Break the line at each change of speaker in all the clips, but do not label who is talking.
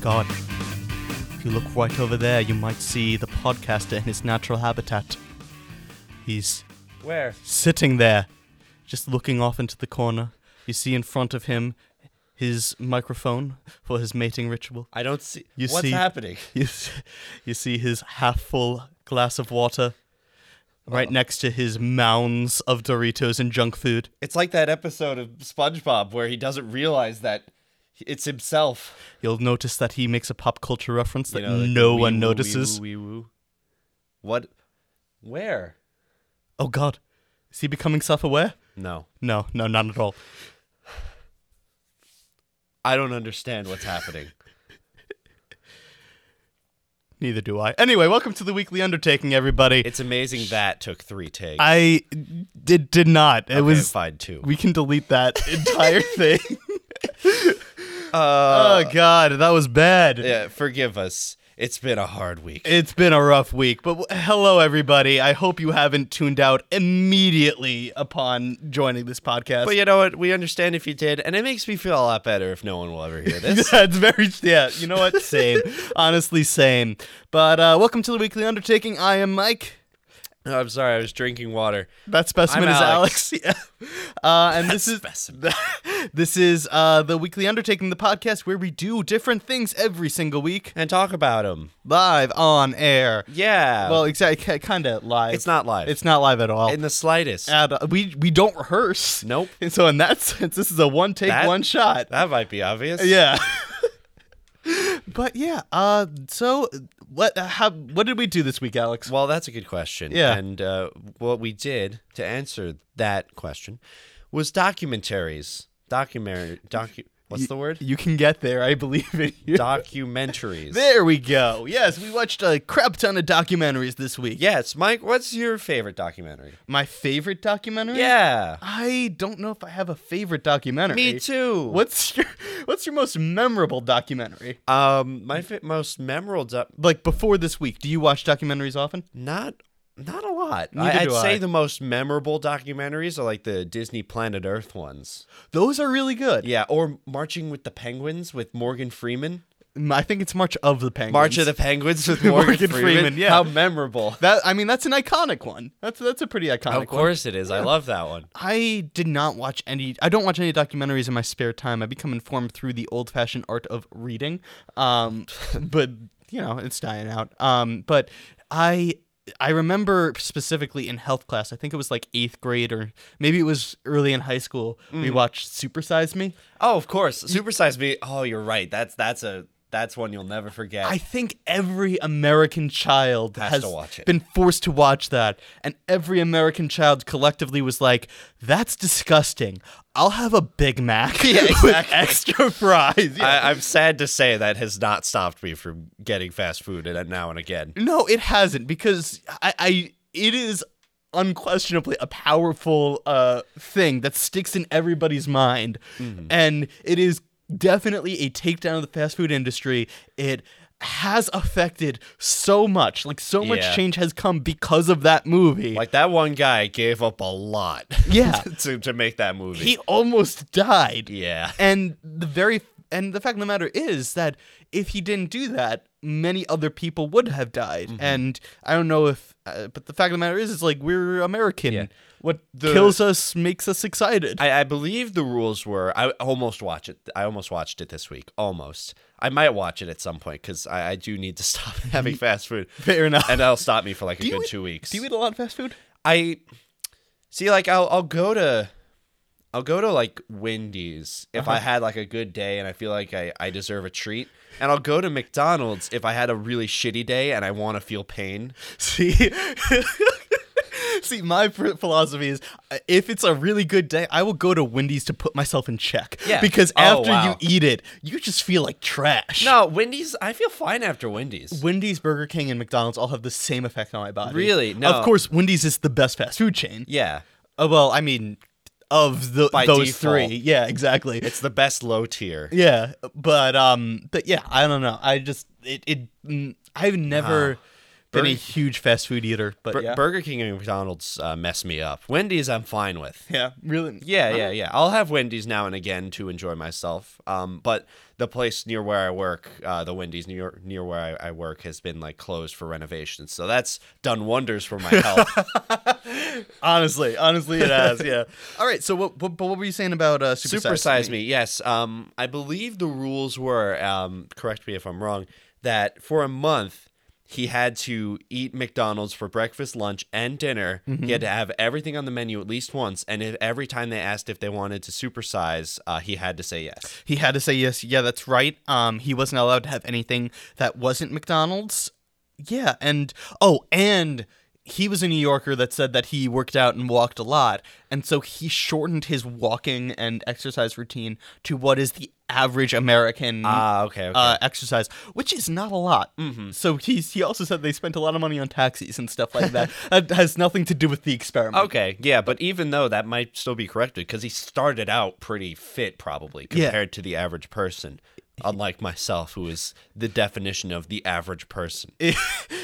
God. If you look right over there, you might see the podcaster in his natural habitat. He's
Where?
sitting there, just looking off into the corner. You see in front of him his microphone for his mating ritual.
I don't see.
You
what's
see-
happening?
You, s- you see his half full glass of water right next to his mounds of Doritos and junk food.
It's like that episode of SpongeBob where he doesn't realize that it's himself.
You'll notice that he makes a pop culture reference that
You know, like
no
wee
one
woo, wee
notices.
woo, wee woo. What? Where?
Oh god. Is he becoming self aware?
No,
No, no, not at all.
I don't understand what's happening.
Neither do I. Anyway, welcome to the weekly undertaking, everybody.
It's amazing that took three takes.
I did did not. It
Okay,
was
fine too.
we can delete that entire thing. oh god, that was bad.
Uh, Yeah, forgive us. It's been a hard week.
It's been a rough week, but w- hello everybody. I hope you haven't tuned out immediately upon joining this podcast.
but you know what? We understand if you did, and it makes me feel a lot better if no one will ever hear this.
Yeah, it's very yeah. You know what? Same, honestly, same. But uh, welcome to the weekly undertaking. I am Mike.
No, I'm sorry, I was drinking water.
That specimen
I'm
is Alex.
Alex.
Yeah. Uh, and this is
Specimen.
this is uh, the weekly undertaking, the podcast where we do different things every single week,
and talk about him.
live on air.
Yeah.
Well, exactly, kind of live.
it's not live.
It's not live at all.
in the slightest.
At, uh, we we don't rehearse.
Nope.
And so in that sense, this is a one take,
That-
one shot.
That might be obvious.
Yeah. but yeah, uh so what uh, how what did we do this week, Alex?
Well, that's a good question.
Yeah.
And uh, what we did to answer that question was documentaries. Documentary. Docu. What's the word?
You can get there, I believe in you.
Documentaries.
there we go. Yes, we watched a crap ton of documentaries this week.
yes, Mike. What's your favorite documentary?
My favorite documentary?
Yeah.
I don't know if I have a favorite documentary.
Me too.
What's your what's your most memorable documentary?
Um, my fa- most memorable. doc
Like before this week, do you watch documentaries often?
not. Not a lot.
Neither
I, would
do
say
I.
the most memorable documentaries are like the Disney Planet Earth ones.
Those are really good.
Yeah, or Marching with the Penguins with Morgan Freeman.
I think it's March of the Penguins.
March of the Penguins with Morgan,
Morgan
Freeman.
Freeman, yeah.
How memorable.
That I mean that's an iconic one. That's that's a pretty iconic
Of
one.
course it is. I love that one.
I did not watch any. I don't watch any documentaries in my spare time. I become informed through the old-fashioned art of reading, um, but you know it's dying out. Um, but I I remember specifically in health class. I think it was like eighth grade or maybe it was early in high school. We watched Supersize Me.
Oh, of course. Supersize Me. Oh, you're right. That's that's a that's one you'll never forget.
I think every American child
Has
has
to watch it.
been forced to watch that, and every American child collectively was like, "That's disgusting. I'll have a Big Mac with extra fries." Yeah.
I, I'm sad to say that has not stopped me from getting fast food and now and again.
no, it hasn't because I, I it is unquestionably a powerful uh thing that sticks in everybody's mind, and it is definitely a takedown of the fast food industry. It has affected so much, like so much
Yeah.
change has come because of that movie.
Like that one guy gave up a lot.
Yeah.
to, to make that movie.
he almost died.
yeah.
And the very and the fact of the matter is that if he didn't do that, many other people would have died. And I don't know if, uh, but the fact of the matter is, it's like we're American.
Yeah.
What
The-
kills us makes us excited.
I, I believe the rules were I almost watch it. I almost watched it this week. Almost. I might watch it at some point because I, I do need to stop having fast food.
Fair enough.
and that'll stop me for like a
you
good
eat-
two weeks.
do you eat a lot of fast food?
I see like I'll I'll go to I'll go to like Wendy's if
Uh-huh.
I had like a good day and I feel like I, I deserve a treat. And I'll go to McDonald's if I had a really shitty day and I want to feel pain.
See. See, my pr- philosophy is uh, if it's a really good day, I will go to Wendy's to put myself in check.
Yeah.
Because
Oh,
after
wow.
you eat it, you just feel like trash.
No, Wendy's I feel fine after Wendy's.
Wendy's, Burger King, and McDonald's all have the same effect on my body.
Really? No.
Of course, Wendy's is the best fast food chain.
Yeah.
Uh, well, I mean, of the,
By
those
default.
three. Yeah, exactly.
It's the best low tier.
yeah, but um, but yeah, I don't know. I just it it mm, I've never been a
Burger-
huge fast food eater, but
Ah. Bur-
yeah.
Burger King and McDonald's uh, mess me up. Wendy's, I'm fine with.
yeah, really.
Yeah, yeah, yeah. I'll have Wendy's now and again to enjoy myself. Um, but the place near where I work, uh, the Wendy's near near where I, I work, has been like closed for renovation. So that's done wonders for my health.
Honestly, honestly, it has. Yeah. All right. So what? what but what were you saying about uh, super,
Super size me, yes. Um, I believe the rules were. Um, correct me if I'm wrong. That for a month he had to eat McDonald's for breakfast, lunch, and dinner. He had to have everything on the menu at least once, and if, every time they asked if they wanted to supersize, uh, he had to say yes.
He had to say yes. Yeah, that's right. Um, he wasn't allowed to have anything that wasn't McDonald's. Yeah, and oh, and he was a New Yorker that said that he worked out and walked a lot, and so he shortened his walking and exercise routine to what is the average American
Ah, okay, okay.
uh, exercise, which is not a lot. Mm-hmm. So he's, he also said they spent a lot of money on taxis and stuff like that. that has nothing to do with the experiment.
Okay, yeah, but even though that might still be corrected because he started out pretty fit, probably
Yeah.
compared to the average person, unlike myself, who is the definition of the average person.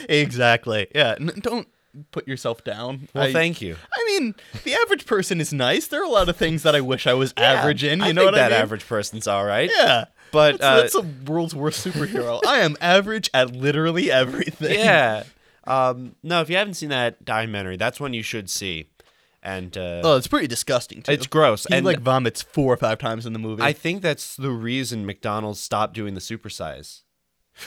exactly. Yeah. N- don't put yourself down.
Well,
I-
thank you.
I mean, the average person is nice. There are a lot of things that I wish I was average in. You
I
know
think
what
that
I mean?
average person's all right.
Yeah.
But, uh,
that's, that's the world's worst superhero. I am average at literally everything.
yeah. Um, no, if you haven't seen that documentary, that's one you should see, and uh,
Oh, it's pretty disgusting too.
it's gross.
he
and
like vomits four or five times in the movie.
I
I,
think that's the reason McDonald's stopped doing the supersize.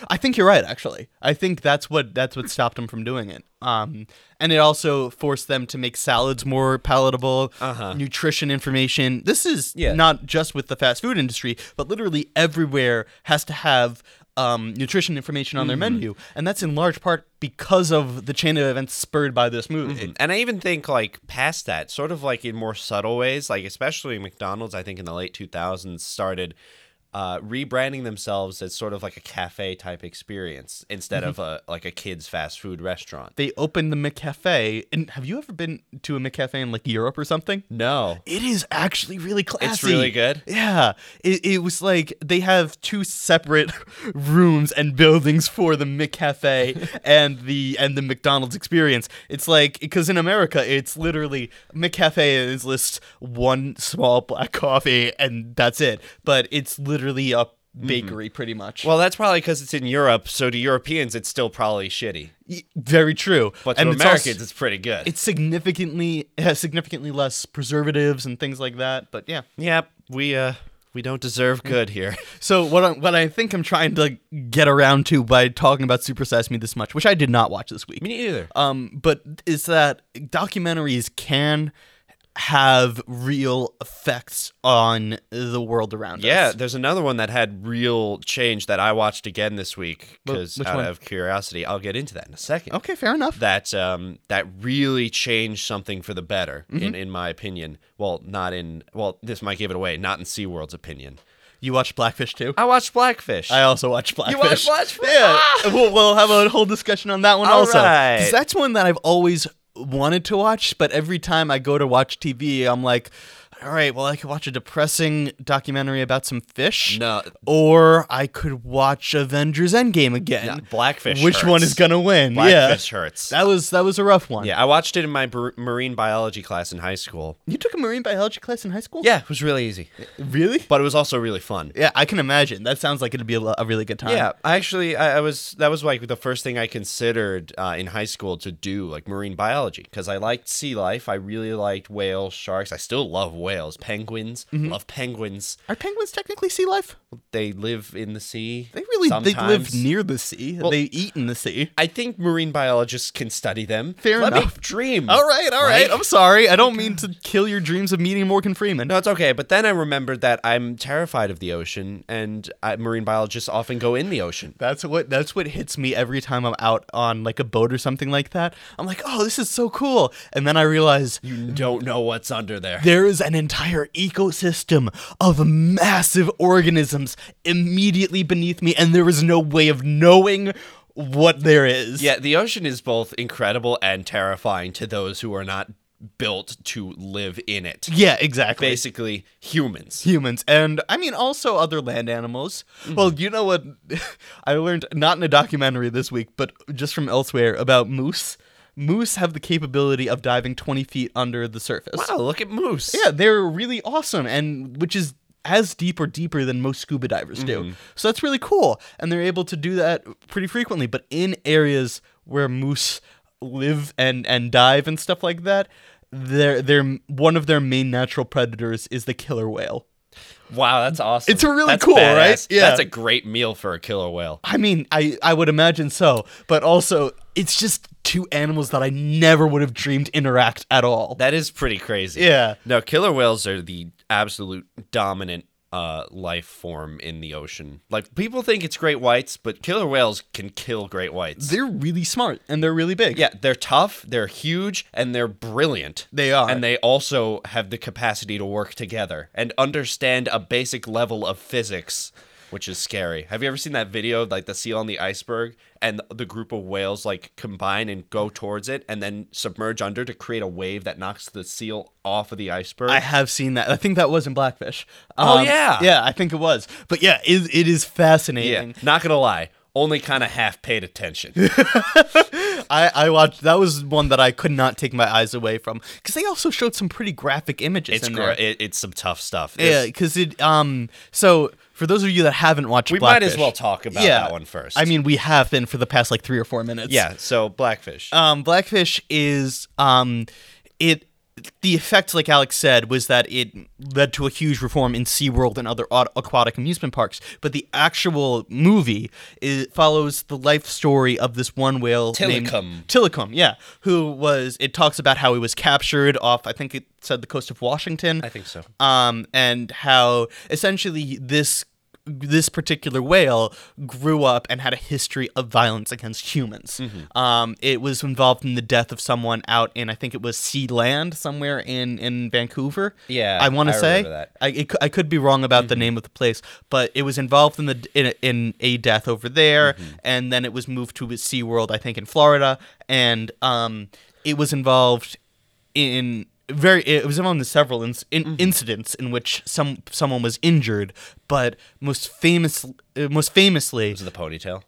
I think you're right, actually. I think that's what that's what stopped him from doing it. Um, and it also forced them to make salads more palatable,
Uh-huh.
nutrition information. This is
Yeah.
not just with the fast food industry, but literally everywhere has to have um, nutrition information on their
Mm.
menu, and that's in large part because of the chain of events spurred by this movie.
Mm. And I even think like past that, sort of like in more subtle ways, like especially McDonald's, I think in the late 2000s started uh, rebranding themselves as sort of like a cafe type experience instead
Mm-hmm.
of a like a kids fast food restaurant.
They opened the McCafe, and have you ever been to a McCafe in like Europe or something?
No.
It is actually really classy.
really good?
Yeah. It, it was like they have two separate rooms and buildings for the McCafe and the and the McDonald's experience. It's like because in America it's literally McCafe is just one small black coffee and that's it. But it's literally a
Mm-hmm.
bakery pretty much.
Well, that's probably because it's in Europe, so to Europeans, it's still probably shitty.
Y- very true.
But to
it's
Americans,
also-
it's pretty good.
it's significantly it has significantly less preservatives and things like that. But yeah.
yep, we uh, we don't deserve good here.
So what I, what I think I'm trying to get around to by talking about Super Size Me this much, which I did not watch this week,
neither.
um, but is that documentaries can have real effects on the world around
Yeah,
us.
there's another one that had real change that I watched again this week
Wh-
because
which
out
one?
of curiosity, I'll get into that in a second.
Okay, fair enough.
That um, that really changed something for the better,
Mm-hmm.
in, in my opinion. Well, not in well, this might give it away. Not in SeaWorld's opinion.
You watched Blackfish too.
I watched Blackfish.
I also watched
You
Blackfish.
watched Blackfish?
Yeah. We'll, we'll have a whole discussion on that one
Ah! All
also. 'Cause
right.
That's one that I've always wanted to watch, but every time I go to watch TV, I'm like, all right, well, I could watch a depressing documentary about some fish.
No.
Or I could watch Avengers Endgame again.
Yeah, Blackfish
Which one
hurts.
is gonna win?
Blackfish
yeah.
hurts.
That was that was a rough one.
yeah, I watched it in my br- marine biology class in high school.
You took a marine biology class in high school?
Yeah, it was really easy,
Really?
but it was also really fun. Uh,
Yeah, I can imagine. That sounds like it'd be a, lo- a really good time.
Yeah, I actually, I, I was that was like the first thing I considered uh, in high school to do, like marine biology, because I liked sea life. I really liked whales, sharks. I still love whales, penguins. Love penguins.
Are penguins technically sea life?
They live in the sea.
They really they live
sometimes.
near the sea. they eat in the sea.
I think marine biologists can study them.
Fair
Let
enough.
Me dream.
All right, all right.
Right?
I'm sorry. I don't mean to kill your dreams of meeting Morgan Freeman.
No, it's okay. But then I remembered that I'm terrified of the ocean, and I, marine biologists often go in the ocean.
That's what that's what hits me every time I'm out on like a boat or something like that. I'm like, "Oh, this is so cool." And then I realize
You don't know what's under there.
there is an entire ecosystem of massive organisms immediately beneath me and there is no way of knowing what there is.
Yeah, the ocean is both incredible and terrifying to those who are not built to live in it.
Yeah, exactly.
Basically, humans.
humans and i mean also other land animals well you know what i learned not in a documentary this week but just from elsewhere about moose moose have the capability of diving 20 feet under the surface
Wow, look at moose.
yeah they're really awesome and which is as deep or deeper than most scuba divers do so that's really cool and they're able to do that pretty frequently but in areas where moose live and and dive and stuff like that their their one of their main natural predators is the killer whale
Wow, that's awesome.
It's really
That's
cool, right?
badass.
Yeah.
That's a great meal for a killer whale.
I mean, I, I would imagine so, but also it's just two animals that I never would have dreamed interact at all.
That is pretty crazy.
yeah.
No, killer whales are the absolute dominant uh, life form in the ocean. Like people think it's great whites, but killer whales can kill great whites.
They're really smart and they're really big.
yeah, they're tough, they're huge, and they're brilliant.
They are.
And they also have the capacity to work together and understand a basic level of physics, which is scary. Have you ever seen that video of like the seal on the iceberg and the group of whales like combine and go towards it and then submerge under to create a wave that knocks the seal off of the iceberg?
I have seen that. I think that was in Blackfish. Um,
Oh, yeah.
Yeah, I think it was. But yeah, it, it is fascinating.
Yeah, not gonna lie, only kind of half paid attention.
I, I watched, that was one that I could not take my eyes away from because they also showed some pretty graphic images
It's
in
gr-
there.
it, it's some tough stuff.
Yeah,
It's-
because it, um, so for those of you that haven't watched
we might as
Blackfish-
well talk about
Yeah.
that one first.
I mean, we have been for the past like three or four minutes.
yeah. So Blackfish.
um, Blackfish is um, it. The effect, like Alex said, was that it led to a huge reform in SeaWorld and other au- aquatic amusement parks. But the actual movie is, follows the life story of this one whale
Tillicum.
named Tillicum, yeah, who was. It talks about how he was captured off. I think it said the coast of Washington
I think so.
um, and how essentially this this particular whale grew up and had a history of violence against humans.
Mm-hmm.
Um, it was involved in the death of someone out in I think it was Sea Land somewhere in in Vancouver.
Yeah,
I want to
I
say
remember that.
I it, cou- I could be wrong about the name of the place, but it was involved in the in a, in a death over there, and then it was moved to SeaWorld, I think, in Florida, and um, it was involved in very it was among the several in, in, incidents in which some someone was injured, but most famous uh, most famously
Is it the ponytail?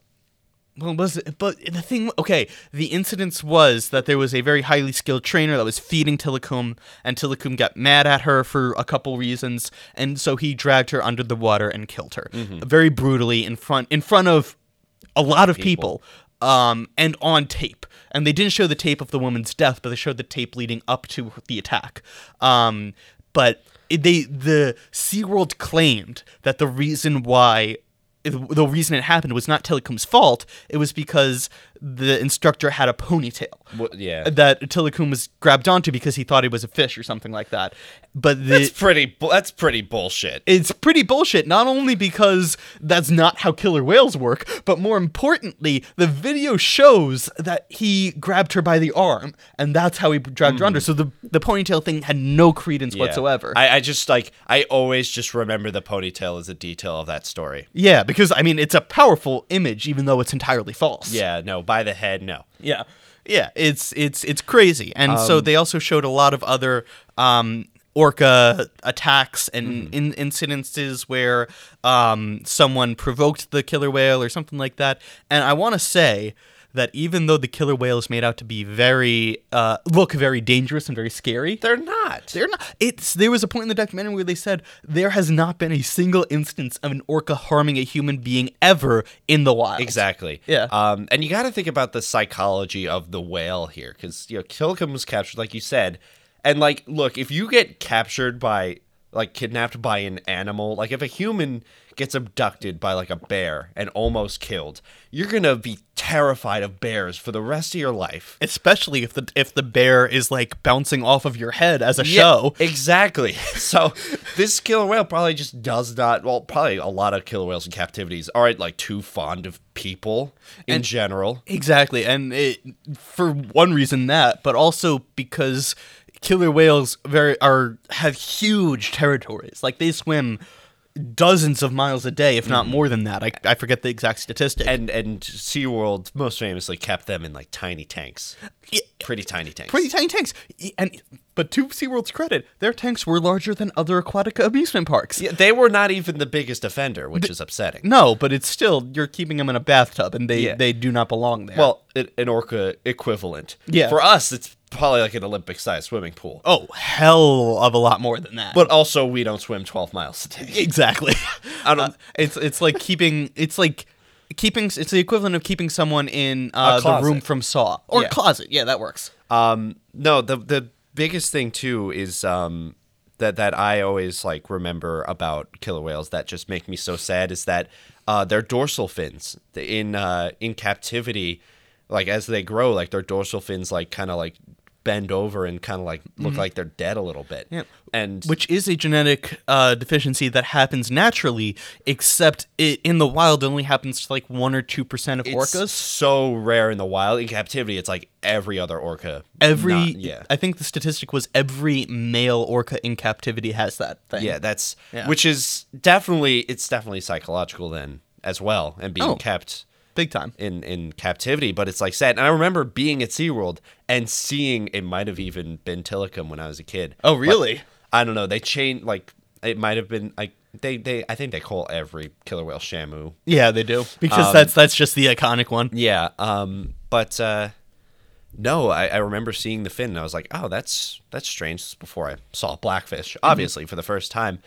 well, was it? But the thing, okay, the incidence was that there was a very highly skilled trainer that was feeding Tillicum, and Tillicum got mad at her for a couple reasons, and so he dragged her under the water and killed her very brutally in front in front of a lot of people, um, and on tape. And they didn't show the tape of the woman's death, but they showed the tape leading up to the attack. Um, but it- they the SeaWorld claimed that the reason why it- the reason it happened was not Tillicum's fault. It was because the instructor had a ponytail
Wha- yeah.
that Tillicum was grabbed onto because he thought he was a fish or something like that. But the,
That's pretty. bu- That's pretty bullshit.
it's pretty bullshit, not only because that's not how killer whales work, but more importantly, the video shows that he grabbed her by the arm, and that's how he dragged her under. So the, the ponytail thing had no credence
Mm. Yeah.
whatsoever.
I, I just like. I always just remember the ponytail as a detail of that story.
yeah, because, I mean, it's a powerful image, even though it's entirely false.
Yeah. No. By the head. No.
Yeah. Yeah, it's it's it's crazy. And so they also showed a lot of other um orca attacks and in, incidences where um someone provoked the killer whale or something like that. And I want to say that even though the killer whale is made out to be very uh look very dangerous and very scary,
They're not.
they're not. It's there was a point in the documentary where they said there has not been a single instance of an orca harming a human being ever in the wild.
Exactly.
Yeah.
Um, and you got to think about the psychology of the whale here, because you know Kilcum was captured, like you said, and like, look, if you get captured by, like, kidnapped by an animal, like if a human gets abducted by like a bear and almost killed, you're gonna be terrified of bears for the rest of your life.
especially if the if the bear is like bouncing off of your head as a
Yeah,
show.
Exactly. So this killer whale probably just does not. Well, probably a lot of killer whales in captivities aren't like too fond of people in general.
Exactly, and it for one reason that, but also because killer whales very are have huge territories. Like they swim dozens of miles a day, if not more than that. I, I forget the exact statistic.
and and SeaWorld most famously kept them in like tiny tanks.
Yeah.
Pretty tiny tanks.
pretty tiny tanks. Y- And but to SeaWorld's credit, their tanks were larger than other aquatic amusement parks.
Yeah, they were not even the biggest offender, which is upsetting.
No, but it's still you're keeping them in a bathtub, and they
Yeah.
they do not belong there.
Well, it, an orca equivalent.
Yeah.
For us, it's probably like an Olympic-sized swimming pool.
oh hell of a lot more than that.
But also, we don't swim 12 miles a day.
exactly.
I don't-
Uh, it's it's like keeping it's like keeping it's the equivalent of keeping someone in uh, the
closet.
room from Saw or
Yeah.
closet. Yeah, that works.
Um, no, the the biggest thing too is um that that I always like remember about killer whales that just make me so sad is that uh their dorsal fins the- in uh in captivity like as they grow like their dorsal fins like kind of like bend over and kind of like look like they're dead a little bit.
Yeah.
And
Mm-hmm. which is a genetic uh, deficiency that happens naturally, except it in the wild only happens to like one or two percent of
it's
orcas.
so rare in the wild in captivity it's like every other orca.
Every
not- yeah.
I think the statistic was every male orca in captivity has that thing.
Yeah, that's
Yeah.
which is definitely it's definitely psychological then as well and being
Oh.
kept
big time.
in in captivity, but it's like sad. And I remember being at SeaWorld and seeing it might have even been Tillicum when I was a kid.
Oh,
But
really?
I don't know. They changed like it might have been like they they I think they call every killer whale Shamu.
Yeah, they do Um, because that's that's just the iconic one.
Yeah. Um. But uh, no, I, I remember seeing the fin and I was like, oh, that's that's strange. This is before I saw blackfish, obviously for the first time.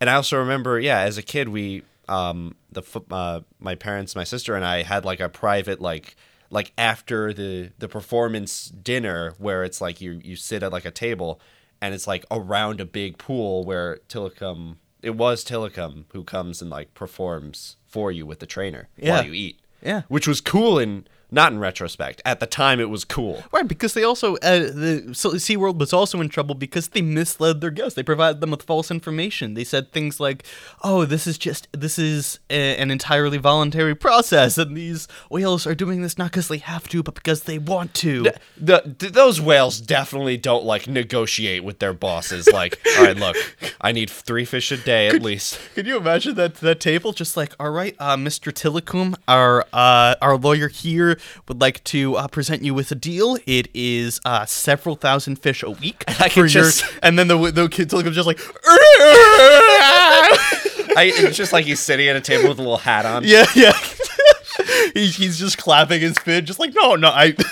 And I also remember, yeah, as a kid, we um the fo- uh, my parents, my sister, and I had like a private like like after the the performance dinner where it's like you you sit at like a table and it's like around a big pool where Tillicum it was Tillicum who comes and like performs for you with the trainer
Yeah.
while you eat
Yeah.
which was cool in not in retrospect. At the time, it was cool.
Right, because they also uh, the so SeaWorld was also in trouble because they misled their guests. They provided them with false information. They said things like, "Oh, this is just this is a, an entirely voluntary process, and these whales are doing this not because they have to, but because they want to."
The, th those whales definitely don't like negotiate with their bosses. Like, all right, look, I need three fish a day at least.
Can you imagine that that table? Just like, all right, uh, Mr. Tillicum, our uh, our lawyer here would like to uh, present you with a deal. It is uh, several thousand fish a week
I
for
could
your.
just-
And then the the kid Tillicum's just like,
I, it's just like he's sitting at a table with a little hat on.
yeah, yeah. he, he's just clapping his fin, just like, no, no, I.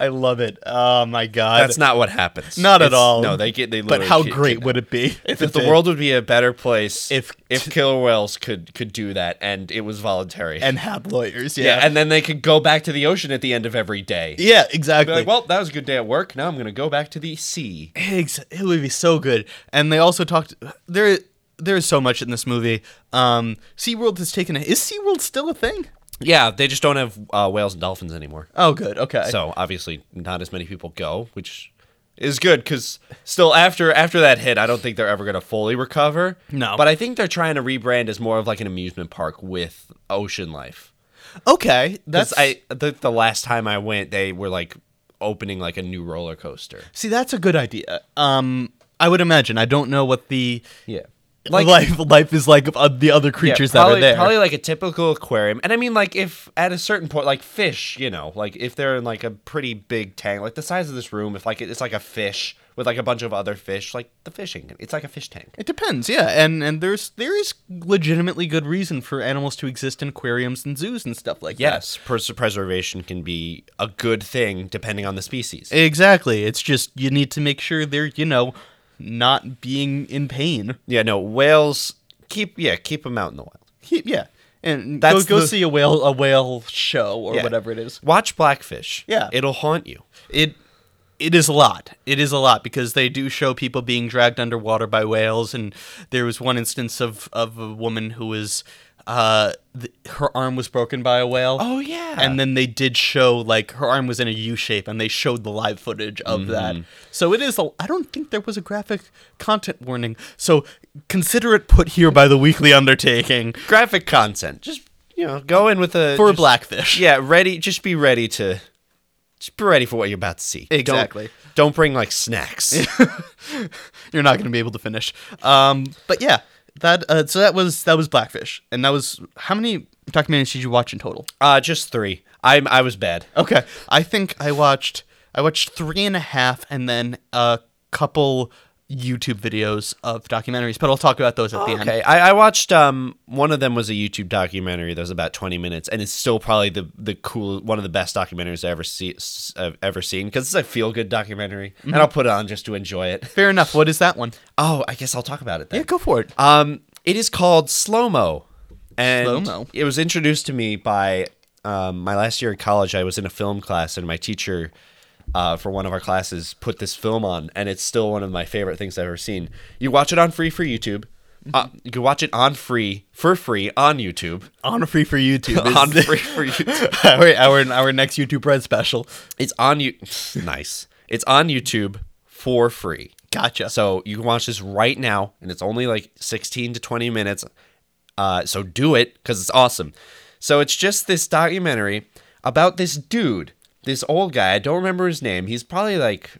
I love it. Oh my god,
That's not what happens.
Not at
It's-
all.
No, they get they.
But
Literally
how
get-
great
get-
would it be if
That
it
the
did?
world would be a better place
If-
if killer whales could could do that and it was voluntary.
and had lawyers? Yeah,
yeah, and then they could go back to the ocean at the end of every day.
yeah, exactly.
Be like, well, that was a good day at work. Now I'm gonna go back to the sea.
Ex- it would be so good. And they also talked there. There is so much in this movie. Um, SeaWorld has taken a. Is SeaWorld still a thing?
Yeah, they just don't have uh, whales and dolphins anymore.
Oh, good. Okay.
So obviously, not as many people go, which is good because still after after that hit, I don't think they're ever gonna fully recover.
No.
but I think they're trying to rebrand as more of like an amusement park with ocean life.
okay, that's
That's I the, the last time I went, they were like opening like a new roller coaster.
see. That's a good idea. Um, I would imagine. I don't know what the
Yeah,
like, life life is like of uh, the other creatures
probably,
that are there.
Probably like a typical aquarium. And I mean, like, if at a certain point, like fish, you know, like if they're in like a pretty big tank, like the size of this room, if like it's like a fish with like a bunch of other fish, like the fishing, it's like a fish tank.
It depends, yeah, and and there's there is legitimately good reason for animals to exist in aquariums and zoos and stuff like that.
Yes, pres- preservation can be a good thing depending on the species.
exactly. It's just you need to make sure they're you know not being in pain.
yeah, no, whales keep, yeah, keep them out in the wild.
He- yeah, and
That's
go, go
the-
see a whale a whale show or
Yeah.
whatever it is.
Watch blackfish.
Yeah.
It'll haunt you.
It it is a lot. It is a lot because they do show people being dragged underwater by whales, and there was one instance of of a woman who was uh th- her arm was broken by a whale.
Oh, yeah.
And then they did show like her arm was in a U shape, and they showed the live footage of
Mm-hmm.
that. So it is. A, I don't think there was a graphic content warning. So consider it put here by the weekly undertaking
graphic content. Just, you know, go in with a.
for
just-
blackfish.
Yeah, ready. Just be ready to. Just be ready for what you're about to see. Don't-
Exactly.
Don't, bring like snacks.
you're not going to be able to finish. Um, but yeah, that uh, so that was that was Blackfish, and that was how many documentaries did you watch in total?
Uh, just three. I'm I was bad.
Okay, I think I watched I watched three and a half, and then a couple YouTube videos of documentaries. But I'll talk about those at the end.
Okay, I, I watched um one of them was a YouTube documentary that was about 20 minutes, and it's still probably the the cool one of the best documentaries I ever see s- I've ever seen because it's a feel good documentary, and I'll put it on just to enjoy it.
Fair enough. What is that one?
Oh, I guess I'll talk about it then.
Yeah, go for it.
Um, it is called Slow Mo. And
Slow-mo.
it was introduced to me by um, my last year in college. I was in a film class, and my teacher uh, for one of our classes put this film on, and it's still one of my favorite things I've ever seen. You watch it on free for YouTube.
Mm-hmm.
Uh, you can watch it on free for free on YouTube.
On free for YouTube. is-
on free for YouTube.
our, our our next YouTube Red special.
It's on you. nice. It's on YouTube for free.
Gotcha.
So you can watch this right now, and it's only like 16 to 20 minutes. Uh, so do it because it's awesome. So it's just this documentary about this dude, this old guy. I don't remember his name. He's probably like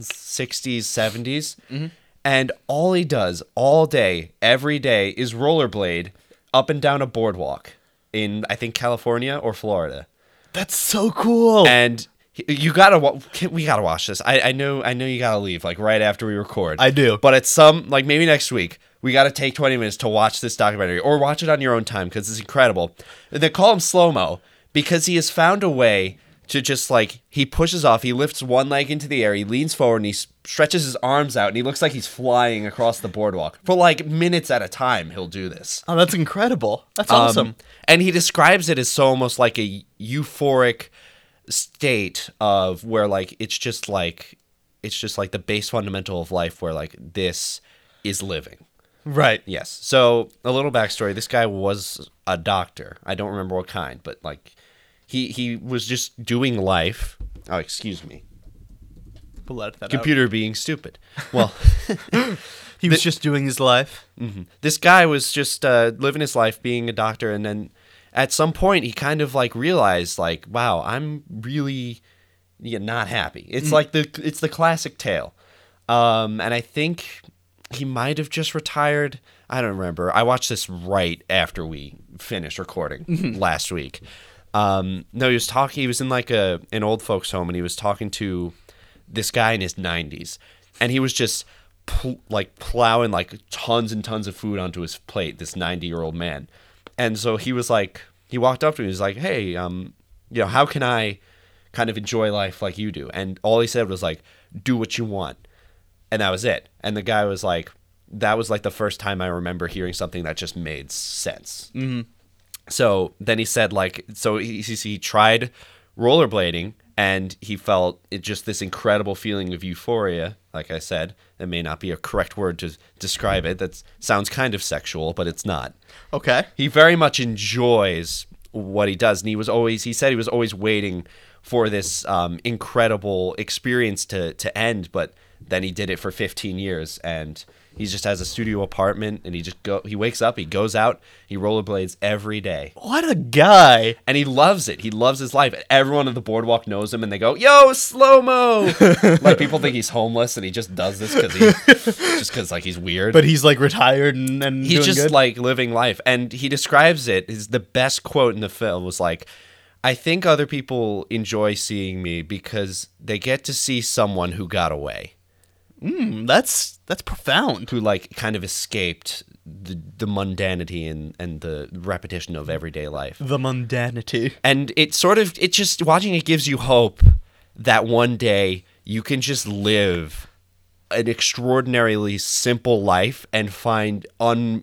60s, 70s. And all he does all day, every day, is rollerblade up and down a boardwalk in, I think, California or Florida
That's so cool.
and he- you gotta wa- can- we gotta watch this I, I know i know you gotta leave like right after we record
I do.
but at some like maybe next week we gotta take 20 minutes to watch this documentary or watch it on your own time because it's incredible and they call him slow-mo because he has found a way to just like he pushes off he lifts one leg into the air he leans forward and he s- stretches his arms out and he looks like he's flying across the boardwalk for like minutes at a time he'll do this
oh, that's incredible. That's
um,
awesome.
and he describes it as so almost like a euphoric state of where like it's just like it's just like the base fundamental of life where like this is living.
Right.
Yes. So a little backstory: this guy was a doctor. I don't remember what kind, but like he he was just doing life. Oh, excuse me.
We'll edit that out.
Computer being stupid. Well.
He was just doing his life.
Mm-hmm. this guy was just uh, living his life being a doctor and then at some point he kind of like realized like wow i'm really yeah, not happy it's like the it's the classic tale um, and i think he might have just retired i don't remember i watched this right after we finished recording last week um, no he was talking he was in like a an old folks home and he was talking to this guy in his 90s and he was just pl- like plowing like tons and tons of food onto his plate this 90 year old man and so he was like he walked up to me he was like hey um you know how can i kind of enjoy life like you do and all he said was like do what you want and that was it and the guy was like that was like the first time i remember hearing something that just made sense so then he said like so he, he, he tried rollerblading and he felt it just this incredible feeling of euphoria like i said that may not be a correct word to describe it that sounds kind of sexual but it's not
Okay.
he very much enjoys what he does and he was always he said he was always waiting for this um, incredible experience to to end but then he did it for 15 years and he just has a studio apartment and he just go he wakes up he goes out he rollerblades every day
What a guy.
and he loves it. He loves his life. Everyone on the boardwalk knows him, and they go, "Yo, slow mo!" like people think he's homeless, and he just does this because he just because like he's weird.
But he's like retired and, and
he's
doing
just
good.
like living life, and he describes it. Is the best quote in the film was like, "I think other people enjoy seeing me because they get to see someone who got away."
Mm, that's that's profound.
who like kind of escaped the, the mundanity and, and the repetition of everyday life.
The mundanity.
and it sort of it just watching it gives you hope that one day you can just live an extraordinarily simple life and find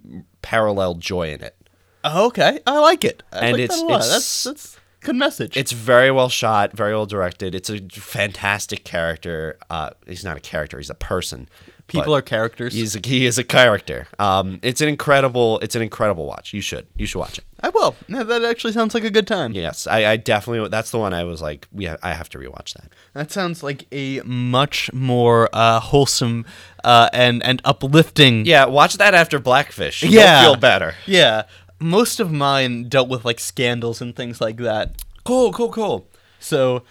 unparalleled joy in it.
Oh, okay, I like it. I
And
like
it's-
that a lot.
it's-
that's that's a good message.
It's very well shot, very well directed. It's a fantastic character. Uh, he's not a character; he's a person.
people
but
are characters.
He's a, he is a character. Um, it's an incredible. It's an incredible watch. You should. You should watch it.
I will. No, that actually sounds like a good time.
Yes, I, I definitely. That's the one I was like, yeah, I have to rewatch that.
That sounds like a much more uh, wholesome uh, and and uplifting.
Yeah, watch that after Blackfish. You'll
Yeah.
feel better.
Yeah. Most of mine dealt with like scandals and things like that.
Cool, cool, cool.
So,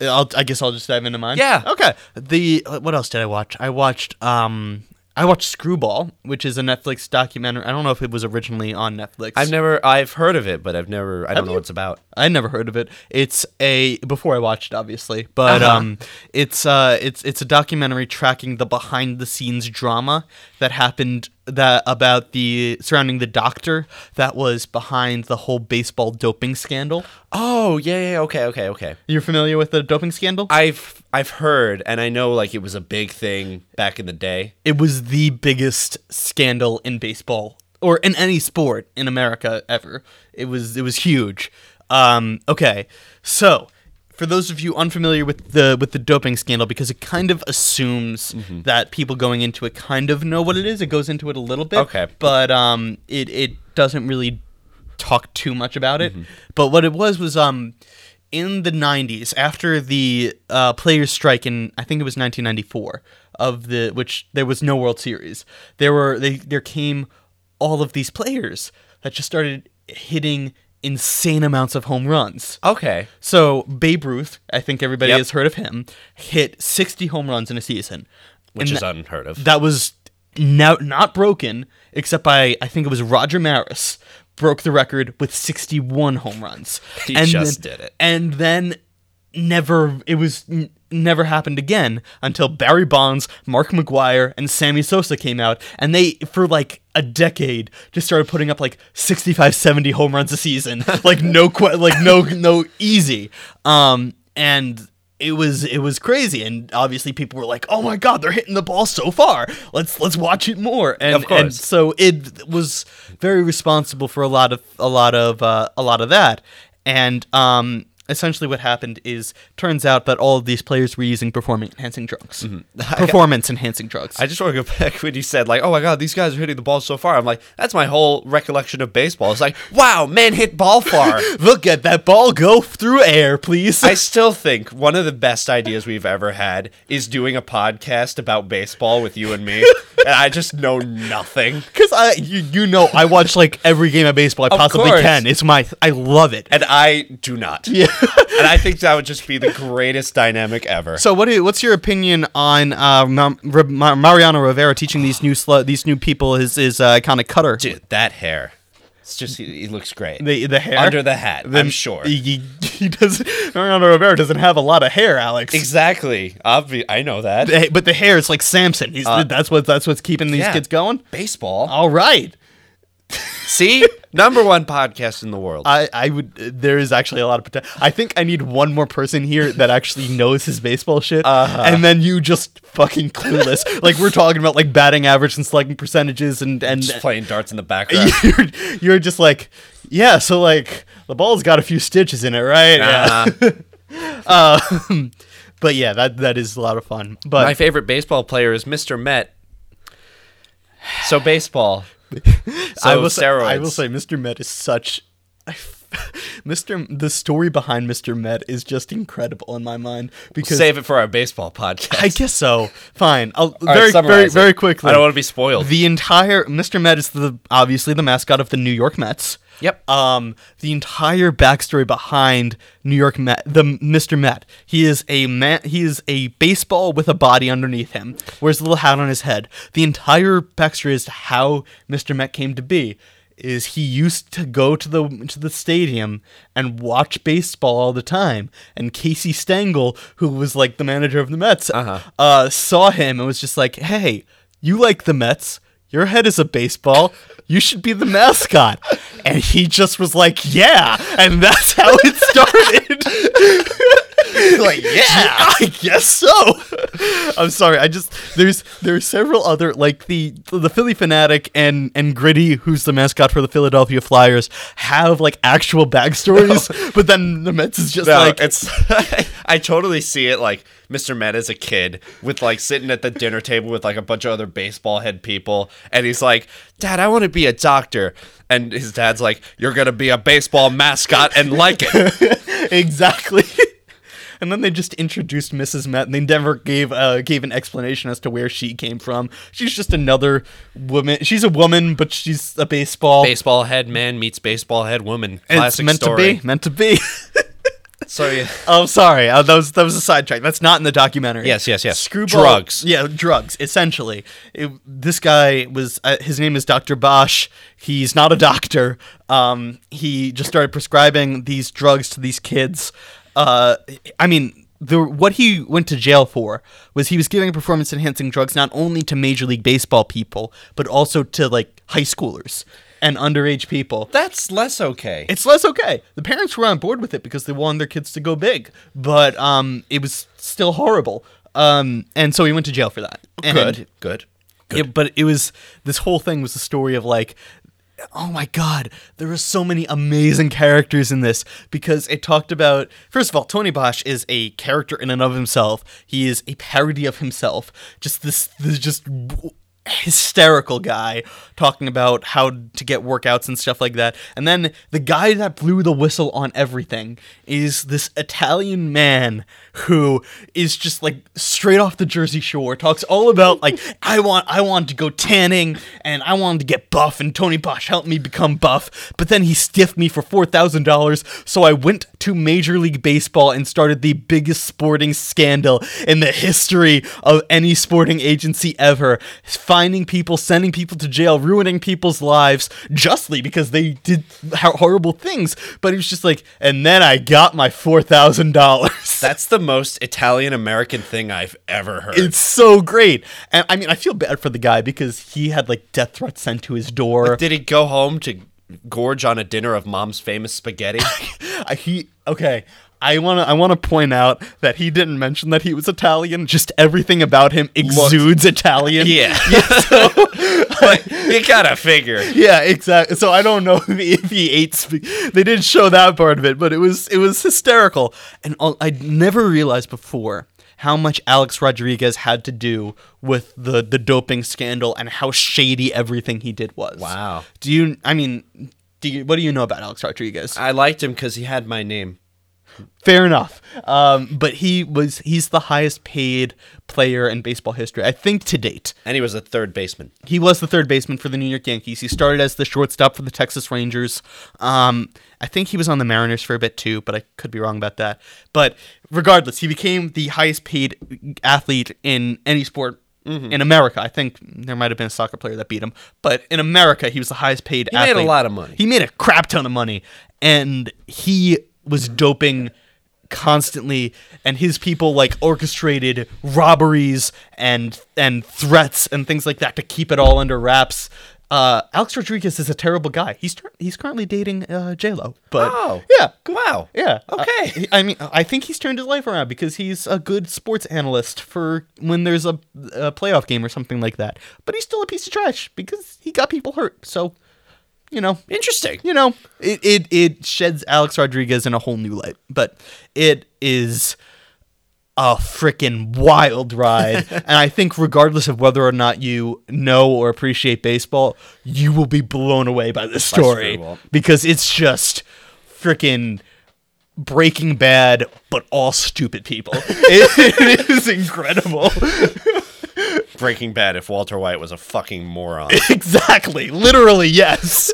I'll, I guess I'll just dive into mine.
Yeah.
Okay. The what else did I watch? I watched um I watched Screwball, which is a Netflix documentary. I don't know if it was originally on Netflix.
I've never. I've heard of it, but I've never. I don't know what it's about.
I never heard of it. It's a before I watched it, obviously, but
Uh-huh.
um, it's uh, it's it's a documentary tracking the behind the scenes drama that happened that about the surrounding the doctor that was behind the whole baseball doping scandal.
Oh yeah, yeah. Okay, okay, okay.
You're familiar with the doping scandal?
I've I've heard, and I know like it was a big thing back in the day.
it was the biggest scandal in baseball or in any sport in America ever. It was it was huge. Um, okay, so for those of you unfamiliar with the with the doping scandal, because it kind of assumes that people going into it kind of know what it is. It goes into it a little bit,
Okay.
but um, it it doesn't really talk too much about
Mm-hmm.
it. But what it was was um. In the '90s, after the uh, players' strike in, I think it was 1994, of the which there was no World Series, there were they there came all of these players that just started hitting insane amounts of home runs.
Okay.
So Babe Ruth, I think everybody
Yep.
has heard of him, hit 60 home runs in a season,
Which
And
is unheard of.
that was now not broken except by I think it was Roger Maris broke the record with 61 home runs.
He just did it.
And then never it was n- never happened again until Barry Bonds, Mark McGuire and Sammy Sosa came out and they for like a decade just started putting up like 65 70 home runs a season. like no que- like no no easy. Um and it was it was crazy and obviously people were like oh my god they're hitting the ball so far let's let's watch it more and
Of course.
and so it was very responsible for a lot of a lot of uh, a lot of that and um essentially what happened is turns out that all of these players were using performance enhancing drugs performance enhancing drugs
Mm-hmm. I just want to go back when you said like, "Oh my God, these guys are hitting the ball so far." I'm like, that's my whole recollection of baseball. It's like, wow, man, hit ball far.
look at that ball go through air please
I still think one of the best ideas we've ever had is doing a podcast about baseball with you and me, and I just know nothing.
because I, you, you know, I watch like every game of baseball I possibly
course.
can. It's my, I love it.
And I do not. Yeah. and I think that would just be the greatest dynamic ever.
So what? Do, what's your opinion on uh, Ma- Re- Ma- Mariano Rivera teaching these new slu- these new people his his uh, kind of cutter?
Dude, that hair. It's just, he, he looks great.
The the hair
Under the hat,
Then
I'm sure.
He, he does. Mariano Rivera doesn't have a lot of hair, Alex.
exactly. Obvi- I know that.
The- But the hair is like Samson. He's, that's what that's what's keeping these
yeah.
kids going.
Baseball.
All right.
See? Number one podcast in the world.
I, I would. uh, There is actually a lot of potential. I think I need one more person here that actually knows his baseball shit, and then you just fucking clueless. like we're talking about like batting average and slugging percentages, and and
just playing darts in the background.
you're, you're just like, yeah. So like the ball's got a few stitches in it, right? Yeah.
Uh,
Um, but yeah, that that is a lot of fun. But
my favorite baseball player is Mr. Met. So baseball. So
I will
steroids.
Say, I will say, Mr. Med is such. Mr. The story behind Mr. Med is just incredible in my mind because
Save it for our baseball podcast.
I guess so. Fine. I'll,
All right,
very very
summarize it.
very quickly.
I don't want to be spoiled.
the entire Mr. Met is the obviously the mascot of the New York Mets.
Yep.
Um, the entire backstory behind New York Met, the Mr. Met. He is a man. He is a baseball with a body underneath him. Wears a little hat on his head. The entire backstory as to how Mr. Met came to be is he used to go to the to the stadium and watch baseball all the time. And Casey Stengel, who was like the manager of the Mets, uh saw him and was just like, "Hey, you like the Mets? Your head is a baseball. You should be the mascot." And he just was like, "Yeah," and that's how it started.
like, yeah.
I guess so. I'm sorry. I just there's there's several other like the the Philly fanatic and and gritty, who's the mascot for the Philadelphia Flyers, have like actual backstories, but then the Mets is just
No,
like
it's I totally see it like Mr. Met as a kid with like sitting at the dinner table with like a bunch of other baseball head people and he's like, "Dad, I want to be a doctor." And his dad's like, "You're going to be a baseball mascot and like it."
exactly. And then they just introduced Mrs. Met, and they never gave uh, gave an explanation as to where she came from. She's just another woman. She's a woman, but she's a baseball.
baseball head man meets baseball head woman.
And
Classic
it's meant
story.
to be. Meant to be.
So yeah.
Oh, sorry. Uh, that was that was a sidetrack. That's not in the documentary.
Yes, yes, yes.
Screwball.
Drugs.
Yeah, drugs. Essentially, It- this guy was. Uh, his name is Doctor Bosch. He's not a doctor. Um, he just started prescribing these drugs to these kids. Uh, I mean. The, what he went to jail for was he was giving performance enhancing drugs not only to major league baseball people but also to like high schoolers and underage people
That's less okay.
it's less okay. The parents were on board with it because they wanted their kids to go big, but um, it was still horrible. Um, and so he went to jail for that. And
good. Good.
it- but it was this whole thing was the story of like, oh my god, there are so many amazing characters in this because it talked about first of all, Tony Bosch is a character in and of himself. He is a parody of himself. Just this, this just hysterical guy talking about how to get workouts and stuff like that. And then the guy that blew the whistle on everything is this Italian man who is just like straight off the Jersey Shore, talks all about like I want I wanted to go tanning and I wanted to get buff and Tony Bosch helped me become buff, but then he stiffed me for four thousand dollars, so I went to Major League Baseball and started the biggest sporting scandal in the history of any sporting agency ever. Finding people, sending people to jail, ruining people's lives justly because they did hor- horrible things. But he was just like, and then I got my four thousand dollars.
That's the most Italian American thing I've ever heard.
It's so great, and I mean, I feel bad for the guy because he had like death threats sent to his door.
Did he go home to gorge on a dinner of mom's famous spaghetti?
I, he okay. I wanna I wanna point out that he didn't mention that he was Italian. Just everything about him exudes Italian.
but you gotta figure.
Yeah, exactly. So I don't know if he, if he ate. Sp- they didn't show that part of it, but it was it was hysterical. And all, I never realized before how much Alex Rodriguez had to do with the the doping scandal and how shady everything he did was.
Wow.
Do you? I mean, do you? What do you know about Alex Rodriguez?
I liked him because he had my name.
Fair enough. Um, but he was he's the highest paid player in baseball history, I think to date.
And he was a third baseman.
He was the third baseman for the New York Yankees. He started as the shortstop for the Texas Rangers. Um, I think he was on the Mariners for a bit too, but I could be wrong about that. But regardless, he became the highest paid athlete in any sport
Mm-hmm.
in America. I think there might have been a soccer player that beat him, but in America, he was the highest paid
made a
athlete.
lot of money.
He made a crap ton of money, and he was doping constantly and his people like orchestrated robberies and and threats and things like that to keep it all under wraps uh alex rodriguez is a terrible guy he's tur- he's currently dating uh j-lo but yeah
Wow.
yeah Uh,
Oh. Okay.
he- i mean i think he's turned his life around because he's a good sports analyst for when there's a, a playoff game or something like that but he's still a piece of trash because he got people hurt so you know
Interesting.
you know, it, it it sheds Alex Rodriguez in a whole new light, but it is a freaking wild ride. and I think regardless of whether or not you know or appreciate baseball, you will be blown away by this
sure
story
will.
because it's just freaking Breaking Bad, but all stupid people. it it is incredible.
Breaking Bad if Walter White was a fucking moron.
exactly literally yes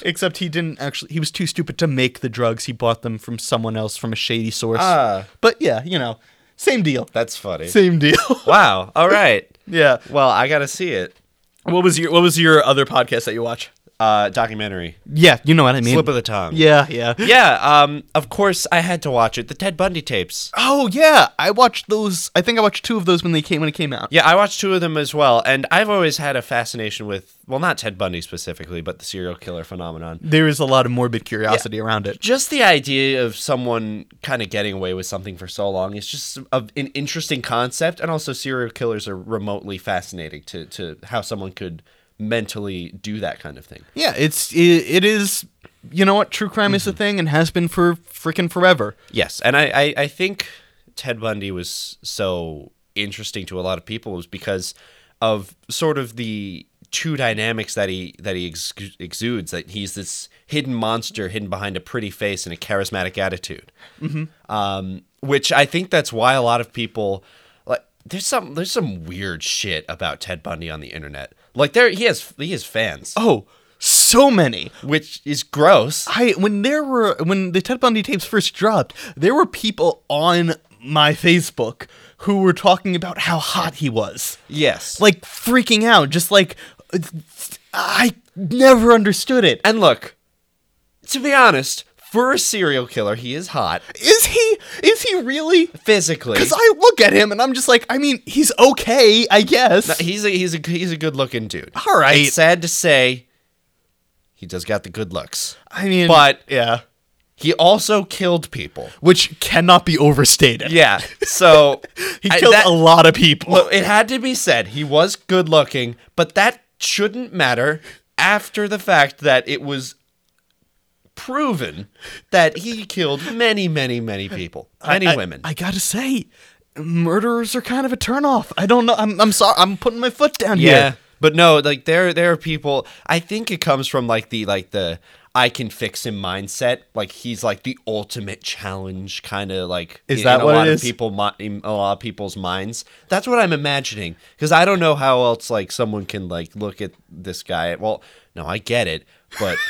except he didn't actually he was too stupid to make the drugs he bought them from someone else from a shady source
Ah.
but yeah you know same deal
That's funny.
same deal
Wow. All right.
yeah
Well, I gotta see it.
what was your what was your other podcast that you watch
Uh, documentary.
yeah you know what i mean
Flip of the tongue.
yeah yeah
Yeah. Um. Of course, I had to watch it. The Ted Bundy tapes.
oh yeah i watched those i think i watched two of those when they came when it came out
Yeah, I watched two of them as well, and I've always had a fascination with well, not Ted Bundy specifically, but the serial killer phenomenon.
there is a lot of morbid curiosity around it
Just the idea of someone kind of getting away with something for so long is just a, an interesting concept, and also serial killers are remotely fascinating to to how someone could mentally do that kind of thing.
yeah it's it, it is you know what true crime is a thing and has been for freaking forever
Yes, and I, I, I think Ted Bundy was so interesting to a lot of people was because of sort of the two dynamics that he that he ex- exudes that he's this hidden monster hidden behind a pretty face and a charismatic attitude,
Mm-hmm.
um, which I think that's why a lot of people like there's some there's some weird shit about Ted Bundy on the internet. Like there he has he has fans.
Oh, Ah. so many.
which is gross.
I when there were when the Ted Bundy tapes first dropped, there were people on my Facebook who were talking about how hot he was.
Yes.
Like freaking out, just like I never understood it.
and look, to be honest, for a serial killer, he is hot
Is he is he really?
physically.
Cuz I look at him and I'm just like, I mean, he's okay, I guess.
He's a he's a he's a good looking dude.
All right.
It's sad to say, he does got the good looks.
I mean,
But-
yeah,
He also killed people.
which cannot be overstated.
Yeah. So
He
I-
killed
that-
a lot of people.
Well, it had to be said he was good looking, but that shouldn't matter after the fact that it was proven that he killed many, many, many people, many
I-
women.
I, gotta say, murderers are kind of a turnoff. I don't know. I'm, I'm sorry. I'm putting my foot down
yeah,
here.
but no, like there, there are people. I think it comes from like the like the I can fix him mindset. Like he's like the ultimate challenge, kind of like
Is
in-
that
in a
what
lot
it
of
is?
people, mi- in a lot of people's minds. That's what I'm imagining because I don't know how else like someone can like look at this guy. Well, no, I get it, but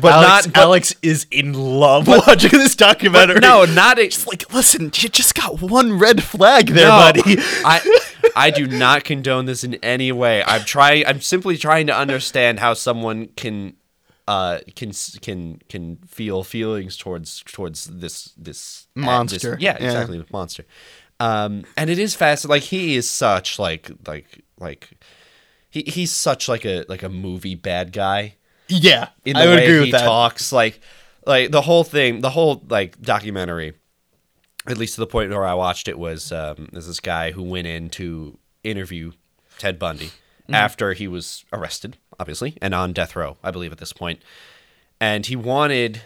but
Alex,
not.
Alex is in love watching this documentary.
but no, not it.
Just like, listen, you just got one red flag there,
No,
buddy.
I I do not condone this in any way. I'm trying. I'm simply trying to understand how someone can uh can s- can can feel feelings towards towards this this uh, this-
Monster.
yeah,
Yeah.
exactly, the monster. Um, and it is fast. Like he is such like like like. He, he's such like a like a movie bad guy
Yeah,
in the
I would
way
agree
he
with that.
talks like like the whole thing the whole like documentary at least to the point where i watched it was um, there's this guy who went in to interview ted bundy
Mm-hmm.
after he was arrested obviously and on death row i believe at this point and he wanted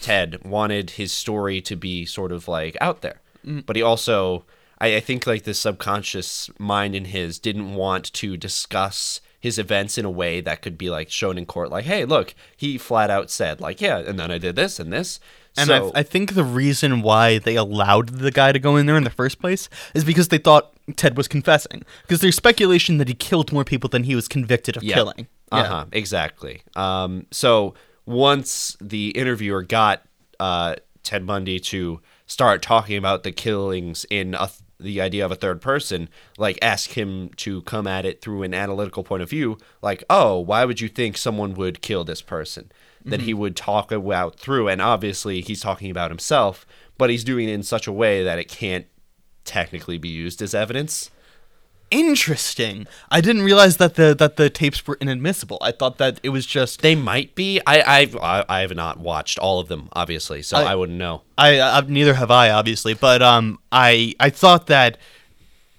ted wanted his story to be sort of like out there
Mm.
but he also I, I think like the subconscious mind in his didn't want to discuss his events in a way that could be like shown in court like hey look he flat out said like yeah and then i did this and this
And
so,
I, I think the reason why they allowed the guy to go in there in the first place is because they thought Ted was confessing. Because there's speculation that he killed more people than he was convicted of
Yeah.
killing. Yeah.
Uh huh. Exactly. Um, so once the interviewer got uh, Ted Bundy to start talking about the killings in a th- the idea of a third person, like ask him to come at it through an analytical point of view, like, oh, why would you think someone would kill this person? That he would talk about through, and obviously he's talking about himself, but he's doing it in such a way that it can't technically be used as evidence.
Interesting. I didn't realize that the that the tapes were inadmissible. I thought that it was just
They might be. I I've I, I have not watched all of them, obviously, so I, wouldn't know.
I, I neither have I obviously, but um I I thought that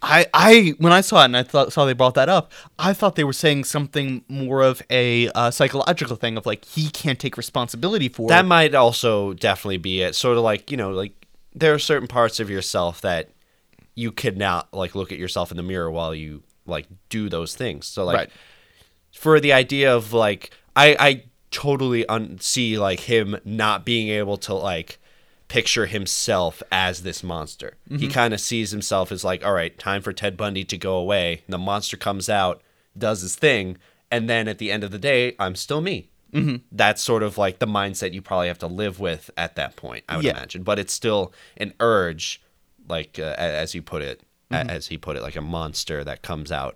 I I when I saw it and I thought saw they brought that up, I thought they were saying something more of a uh, psychological thing of like he can't take responsibility for
That
it.
might also definitely be it. Sort of like you know, like there are certain parts of yourself that you could not like look at yourself in the mirror while you like do those things. So like
Right.
for the idea of like I I totally un- see like him not being able to like picture himself as this monster. He kind of sees himself as like all right, time for Ted Bundy to go away. And the monster comes out, does his thing, and then at the end of the day, I'm still me. Mm-hmm. That's sort of like the mindset you probably have to live with at that point, I would
Yeah.
imagine. But it's still an urge, like uh, a- as you put it, a- as he put it, like a monster that comes out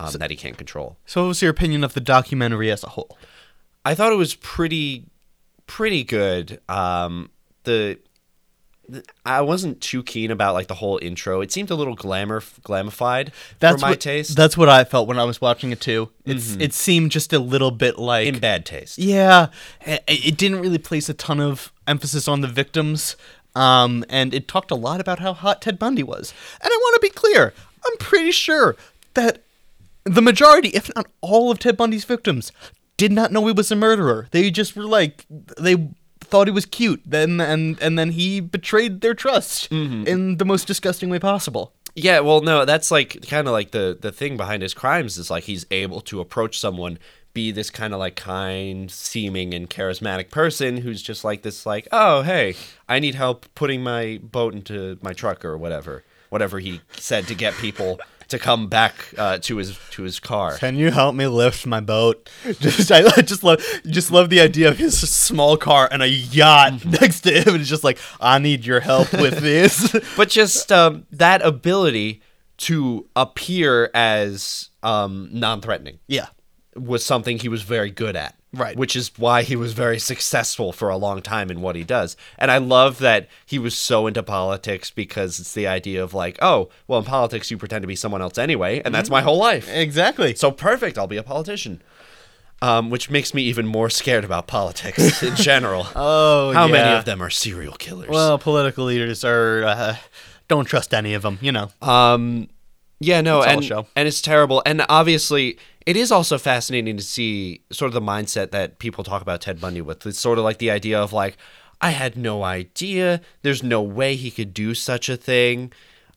um, that he can't control.
So what was your opinion of the documentary as a whole?
I thought it was pretty pretty good. Um, the the- I wasn't too keen about like the whole intro. It seemed a little glamour glamified
That's
for my
what,
taste. Mm-hmm.
That's what I felt when I was watching it too. It's it seemed just a little bit like
in bad taste.
Yeah, i- it didn't really place a ton of emphasis on the victims, um, and it talked a lot about how hot Ted Bundy was. And I want to be clear: I'm pretty sure that the majority, if not all, of Ted Bundy's victims did not know he was a murderer. They just were like they thought he was cute, then and and then he betrayed their trust in the most disgusting way possible.
Yeah, well, no, that's like kind of like the the thing behind his crimes is like he's able to approach someone, be this kind of like kind, seeming and charismatic person who's just like this, like, oh hey, I need help putting my boat into my truck or whatever, whatever he said to get people to come back uh, to his to his car.
Can you help me lift my boat? Just I just love just love the idea of his small car and a yacht next to him, and it's just like I need your help with this.
But just um, that ability to appear as um, non-threatening
yeah,
was something he was very good at.
Right.
Which is why he was very successful for a long time in what he does. And I love that he was so into politics because it's the idea of like, oh, well, in politics, you pretend to be someone else anyway, and
Mm-hmm.
that's my whole life.
exactly.
So perfect, I'll be a politician. Um, which makes me even more scared about politics in general.
Oh,
How many
yeah.
of them are serial killers?
Well, political leaders are uh, don't trust any of them. You know.
Um, yeah, no,
It's all a
and
show.
and it's terrible. And obviously, it is also fascinating to see sort of the mindset that people talk about Ted Bundy with. It's sort of like the idea of like, I had no idea. There's no way he could do such a thing.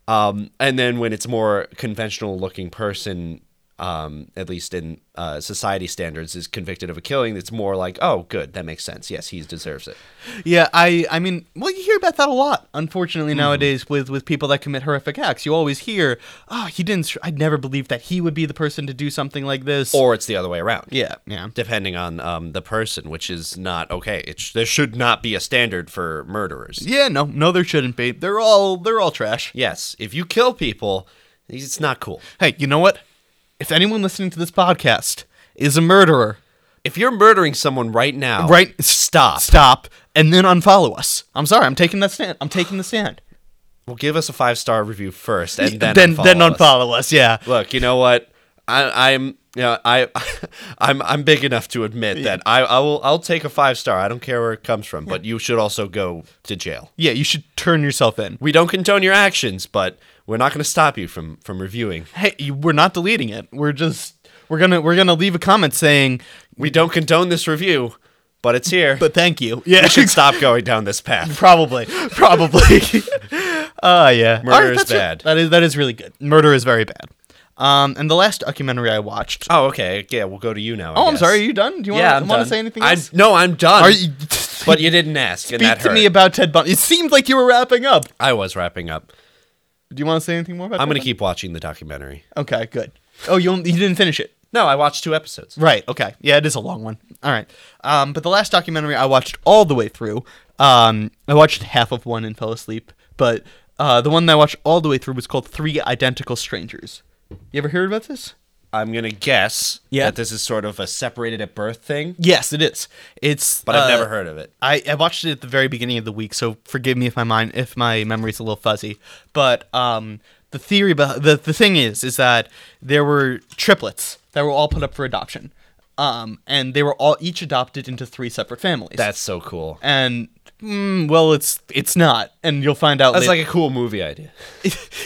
Um, and then when it's more conventional looking person, um, at least in uh, society standards, is convicted of a killing, it's more like, oh, good, that makes sense. Yes, he deserves it.
Yeah, I I mean, well, you hear about that a lot, unfortunately nowadays with with people that commit horrific acts. You always hear, "Oh, he didn't. str- I'd never believed that he would be the person to do something like this."
Or it's the other way around.
yeah, yeah,
depending on um, the person, which is not okay. It sh- there should not be a standard for murderers.
yeah. No, no, there shouldn't be. They're all they're all trash.
Yes, if you kill people, it's not cool.
Hey, you know what? If anyone listening to this podcast is a murderer,
If you're murdering someone right now,
right?
Stop.
Oh. stop, and then unfollow us. I'm sorry. I'm taking that stand. I'm taking the stand.
Well, give us a five star review first, and then
then,
unfollow us.
unfollow us. Yeah.
Look, you know what? I, I'm. Yeah, I, I'm, I'm big enough to admit that I, I will, I'll take a five star. I don't care where it comes from, but you should also go to jail.
Yeah, you should turn yourself in.
We don't condone your actions, but we're not going to stop you from, from reviewing.
hey you, we're not deleting it we're just we're gonna we're gonna leave a comment saying
We don't condone this review, but it's here.
but thank you yeah
we should stop going down this path.
probably probably uh yeah
Murder
Alright,
is
that's it.
bad.
that is that is really good murder is very bad um and the last documentary i watched
Oh, okay. Yeah, we'll go to you now. I
oh i'm
guess.
sorry are you done do you
yeah,
want to
done.
say anything
I'm-
else
no, I'm done.
are you
But you didn't ask, and
speak
that
to
hurt.
me about ted bundy it seemed like you were wrapping up
I was wrapping up.
do you want to say anything more about
I'm
Ted
gonna keep watching the documentary.
Bundy? okay good oh you, only, you didn't finish it
No, I watched two episodes.
Right. Okay. Yeah, it is a long one. All right. Um, but the last documentary I watched all the way through, um, I watched half of one and fell asleep. But uh, the one that I watched all the way through was called Three Identical Strangers. You ever heard about this?
I'm gonna guess
Yeah.
that this is sort of a separated at birth thing,
Yes, it is. It's.
but I've
uh,
never heard of it.
I, I watched it at the very beginning of the week, so forgive me if my mind if my memory's a little fuzzy. But um, the theory, beh- the the thing is, is that there were triplets that were all put up for adoption, um, and they were all each adopted into three separate families.
That's so cool.
and mm, well, it's it's not, and you'll find out.
That's
later.
like a cool movie idea.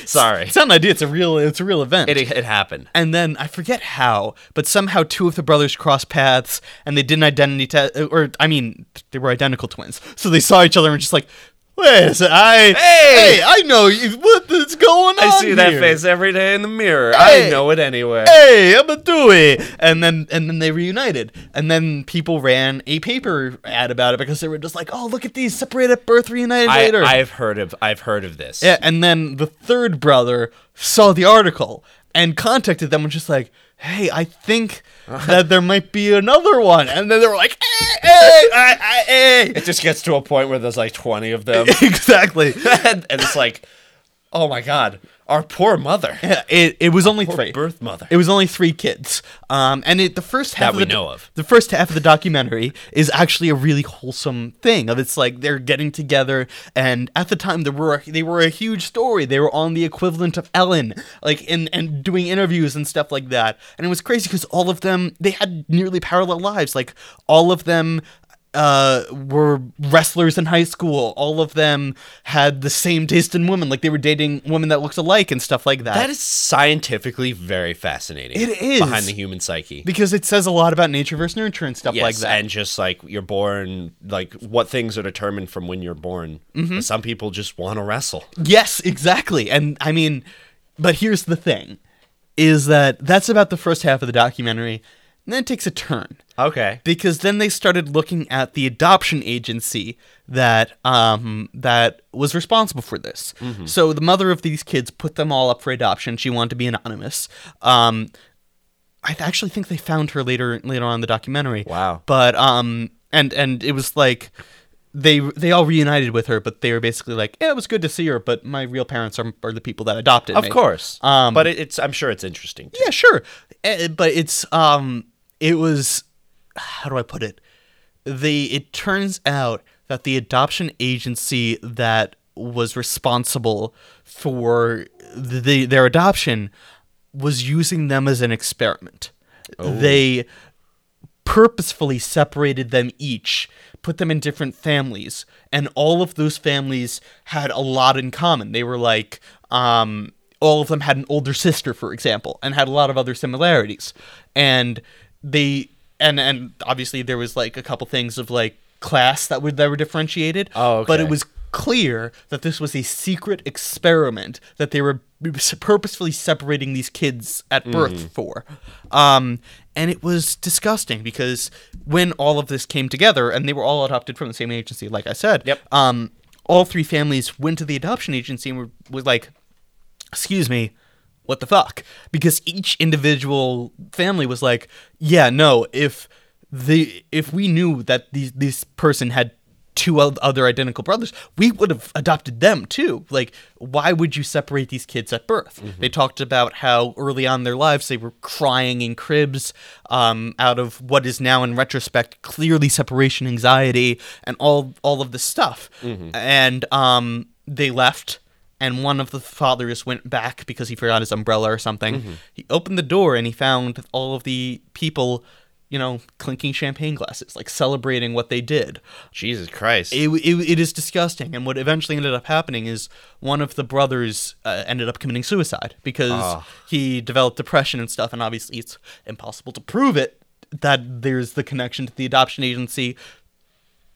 Sorry,
it's not an idea. It's a real it's a real event.
it it happened.
and then I forget how, but somehow two of the brothers crossed paths, and they did an identity test, or I mean, they were identical twins, so they saw each other and were just like, wait, a sec, I
Hey!
hey, I know you. What is going on?
I see that
here?
face every day in the mirror. I
Hey!
know it anyway.
Hey, I'm a Dewey, and then and then they reunited, and then people ran a paper ad about it because they were just like, "Oh, look at these separated at birth, reunited
I,
later."
I've heard of I've heard of this.
Yeah, and then the third brother saw the article and contacted them and was just like, "Hey, I think
Uh-huh.
that there might be another one." And then they were like, "Eh, eh, eh, eh, eh."
It just gets to a point where there's like 20 of them.
exactly."
and, and it's like, oh my God, our poor mother.
Yeah, it it was only
Poor
three.
birth mother.
It was only three kids. Um, and it the first half
That
of
we
the,
know of.
The first half of the documentary is actually a really wholesome thing. Of it's like they're getting together, and at the time there were they were a huge story. They were on the equivalent of Ellen, like in and doing interviews and stuff like that. And it was crazy because all of them they had nearly parallel lives. Like all of them uh, were wrestlers in high school. All of them had the same taste in women. Like they were dating women that looked alike and stuff like that.
That is scientifically very fascinating.
It is.
Behind the human psyche.
because it says a lot about nature versus nurture and stuff
Yes,
like that.
and just like you're born, like what things are determined from when you're born.
Mm-hmm.
Some people just want to wrestle.
yes, exactly. And I mean, but here's the thing is that that's about the first half of the documentary. And then it takes a turn
Okay.
because then they started looking at the adoption agency that um, that was responsible for this.
Mm-hmm.
So the mother of these kids put them all up for adoption. She wanted to be anonymous. Um, I th- actually think they found her later later on in the documentary.
Wow.
But um, and and it was like they they all reunited with her, but they were basically like, yeah, it was good to see her, but my real parents are, are the people that adopted
Of
me.
course.
Um,
but it, it's I'm sure it's interesting. Too.
Yeah, sure. Eh, But it's um it was how do I put it? They it turns out that the adoption agency that was responsible for the their adoption was using them as an experiment. They purposefully separated them each, put them in different families, and all of those families had a lot in common. They were like, um, all of them had an older sister, for example, and had a lot of other similarities. And they, and and obviously there was like a couple things of like class that were that were differentiated.
Oh,
but it
okay.
was clear that this was a secret experiment that they were purposefully separating these kids at birth for. Um, and it was disgusting because when all of this came together and they were all adopted from the same agency, like I said,
Yep.
um, all three families went to the adoption agency and were, was like, excuse me, what the fuck? Because each individual family was like, yeah, no, if the if we knew that these this person had two o- other identical brothers, we would have adopted them too. Like, why would you separate these kids at birth? They talked about how early on in their lives they were crying in cribs um, out of what is now in retrospect clearly separation anxiety and all all of this stuff. And um, they left and one of the fathers went back because he forgot his umbrella or something. He opened the door and he found all of the people, you know, clinking champagne glasses, like celebrating what they did.
Jesus Christ.
It, it, it is disgusting. And what eventually ended up happening is one of the brothers uh, ended up committing suicide because he developed depression and stuff. And obviously, it's impossible to prove it that there's the connection to the adoption agency.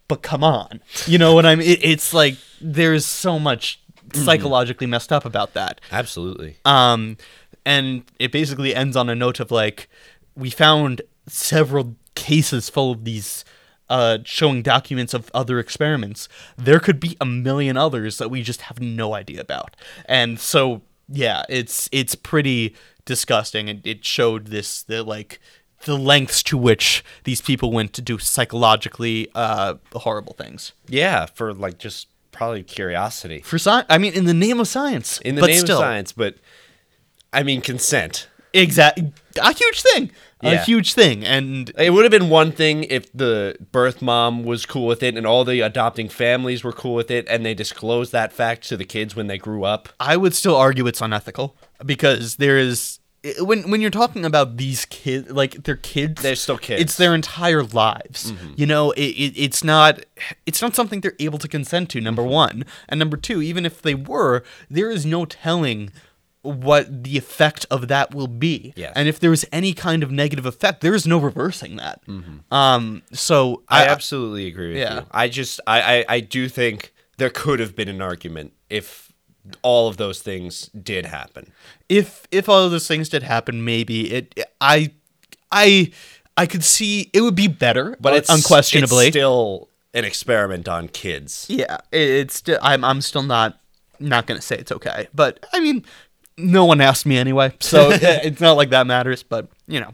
But come on, you know what I mean? It, it's like there's so much psychologically messed up about that.
Absolutely.
Um, and it basically ends on a note of like, we found several cases full of these uh, showing documents of other experiments. There could be a million others that we just have no idea about. And so, yeah, it's it's pretty disgusting. It, it showed this the like the lengths to which these people went to do psychologically uh, horrible things
yeah, for like just probably curiosity.
for science. I mean, in the name of science,
In the
but
name
still,
of science, but I mean consent.
Exactly. A huge thing. A
Yeah.
huge thing. And
It would have been one thing if the birth mom was cool with it and all the adopting families were cool with it and they disclosed that fact to the kids when they grew up.
I would still argue it's unethical because there is i- when when you're talking about these kids, like they're kids,
They're still kids. Mm-hmm.
It's their entire lives. You know, it, it, it's not it's not something they're able to consent to.
Mm-hmm.
Number one, and number two, even if they were, there is no telling what the effect of that will be.
Yes.
And if there is any kind of negative effect, there is no reversing that. Um. So
Mm-hmm. I,
I
absolutely agree with
Yeah.
you. I just I, I I do think there could have been an argument if all of those things did happen.
if if all of those things did happen, maybe it I I I could see it would be better,
But it's
unquestionably.
it's still an experiment on kids.
yeah, it, it's still I'm I'm still not not gonna say it's okay, but I mean, no one asked me anyway, so it's not like that matters. But you know,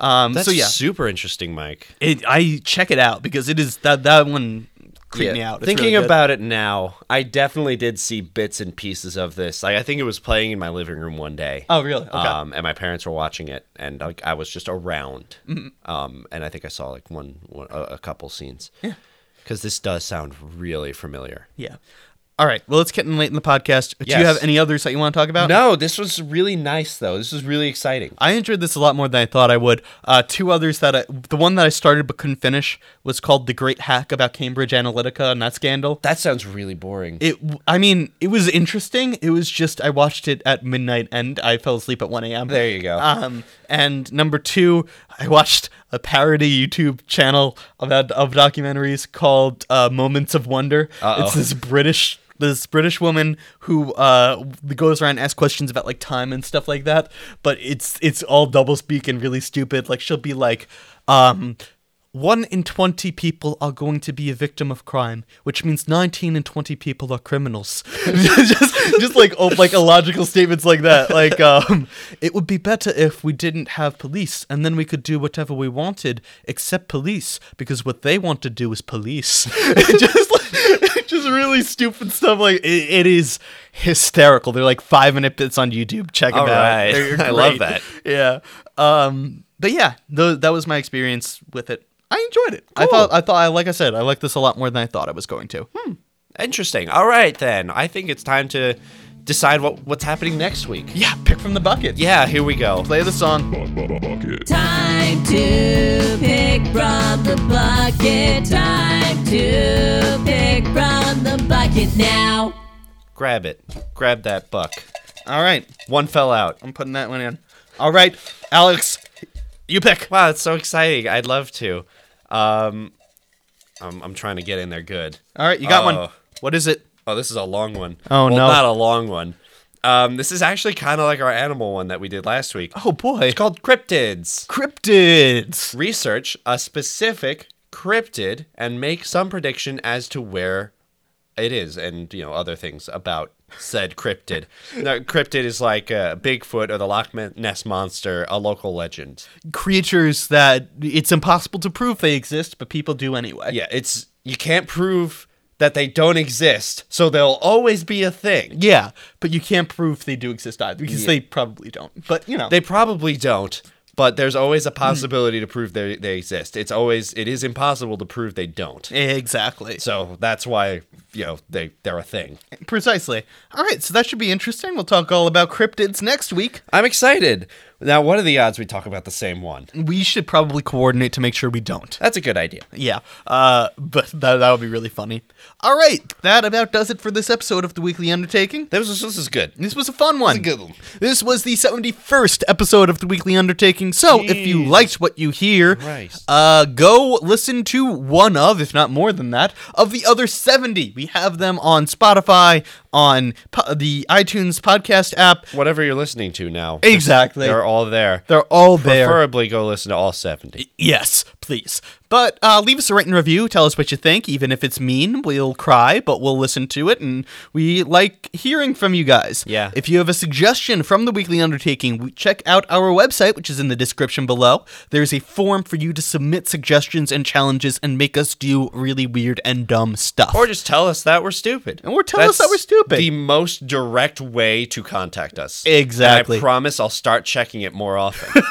um,
That's
so yeah,
super interesting, Mike.
it, I check it out because it is that that one creeped me
Yeah.
out. It's
Thinking
really good.
about it now, I definitely did see bits and pieces of this. Like I think it was playing in my living room one day.
oh really okay
Um, and my parents were watching it, and like I was just around. Um, and I think I saw like one, one a, a couple scenes. Yeah. Because this does sound really familiar.
yeah. All right, well, it's getting late in the podcast. Do you
Yes.
have any others that you want to talk about?
No, this was really nice though. This was really exciting.
I enjoyed this a lot more than I thought I would. Uh, two others that I, the one that I started but couldn't finish was called "The Great Hack" about Cambridge Analytica and that scandal.
That sounds really boring.
It, I mean, it was interesting. It was just I watched it at midnight and I fell asleep at one a.m.
There you go.
Um, and number two, I watched a parody YouTube channel about of documentaries called uh, "Moments of Wonder."
Uh-oh.
It's this British this British woman who uh, goes around and asks questions about like time and stuff like that. But it's it's all double speak and really stupid. Like she'll be like, um, one in twenty people are going to be a victim of crime, which means nineteen in twenty people are criminals. just just like oh, like illogical statements like that. Like um, it would be better if we didn't have police, and then we could do whatever we wanted except police, because what they want to do is police. just like just really stupid stuff. Like it, it is hysterical. They're like five minute bits on YouTube. Check them
All
out.
right.
They're
I love
great.
that.
Yeah. Um. But yeah, tho- that was my experience with it. I enjoyed it. I
Cool. Hmm.
thought. I thought. I like I said. I liked this a lot more than I thought I was going to.
Interesting. All right, then. I think it's time to decide what what's happening next week.
Yeah. Pick from the bucket.
Yeah, here we go.
Play the song.
Bu- bu- bu- Bucket.
Time to pick from the bucket. Time to pick from the bucket now.
Grab it. Grab that buck.
All right.
One fell out.
I'm putting that one in. All right, Alex, you pick.
Wow, it's so exciting. I'd love to. Um, I'm, I'm trying to get in there good.
All right, you got one.
Oh.
What is it?
Oh, this is a long one.
Oh,
Well,
no.
not a long one. Um, this is actually kind of like our animal one that we did last week.
Oh boy,
It's called cryptids.
cryptids.
research a specific cryptid and make some prediction as to where it is and you know other things about said cryptid. now, cryptid is like uh, Bigfoot or the Loch Ness monster, a local legend.
Creatures that it's impossible to prove they exist, but people do anyway.
Yeah, it's you can't prove that they don't exist, so they'll always be a thing.
Yeah, but you can't prove they do exist either because they probably don't. But you know,
They probably don't, but there's always a possibility to prove they they exist. It's always it is impossible to prove they don't.
exactly
So that's why you know they they're a thing.
precisely. All right, so that should be interesting. We'll talk all about cryptids next week.
I'm excited. Now, what are the odds we talk about the same one?
We should probably coordinate to make sure we don't.
That's a good idea.
Yeah, uh, but that, that would be really funny. All right, that about does it for this episode of The Weekly Undertaking.
This was this is good.
This was a fun one.
good one.
This was the 71st episode of The Weekly Undertaking. So if you liked what you hear,
Christ.
uh, go listen to one of, if not more than that, of the other 70. We have them on Spotify, on po- the iTunes podcast app.
Whatever you're listening to now,
Exactly.
they're
They're,
all there.
all there.
Preferably go listen to all 70.
Yes, please. But uh, leave us a written review. Tell us what you think, even if it's mean. We'll cry, but we'll listen to it, and we like hearing from you guys.
Yeah.
If you have a suggestion from the Weekly Undertaking, we- check out our website, which is in the description below. There's a form for you to submit suggestions and challenges and make us do really weird and dumb stuff.
Or just tell us that we're stupid.
And or tell us that we're stupid.
The most direct way to contact us.
Exactly.
And I promise I'll start checking it more often.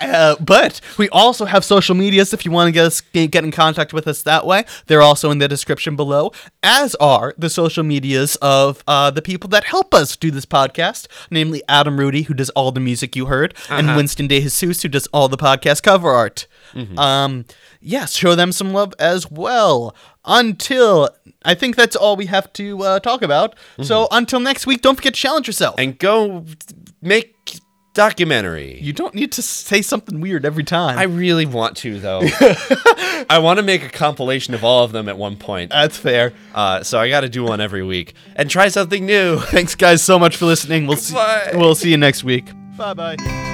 Uh, but we also have social medias if you want to get, us, get get in contact with us that way. They're also in the description below, as are the social medias of uh, the people that help us do this podcast, namely Adam Rudy, who does all the music you heard, and Winston De Jesus, who does all the podcast cover art. Um, yeah, show them some love as well. Until I think that's all we have to uh, talk about. So until next week, don't forget to challenge yourself.
and go make documentary.
you don't need to say something weird every time.
I really want to though. I want to make a compilation of all of them at one point.
that's fair.
Uh, so I got to do one every week and try something new.
Thanks, guys, so much for listening. We'll see,
Bye.
we'll see you next week. Bye bye.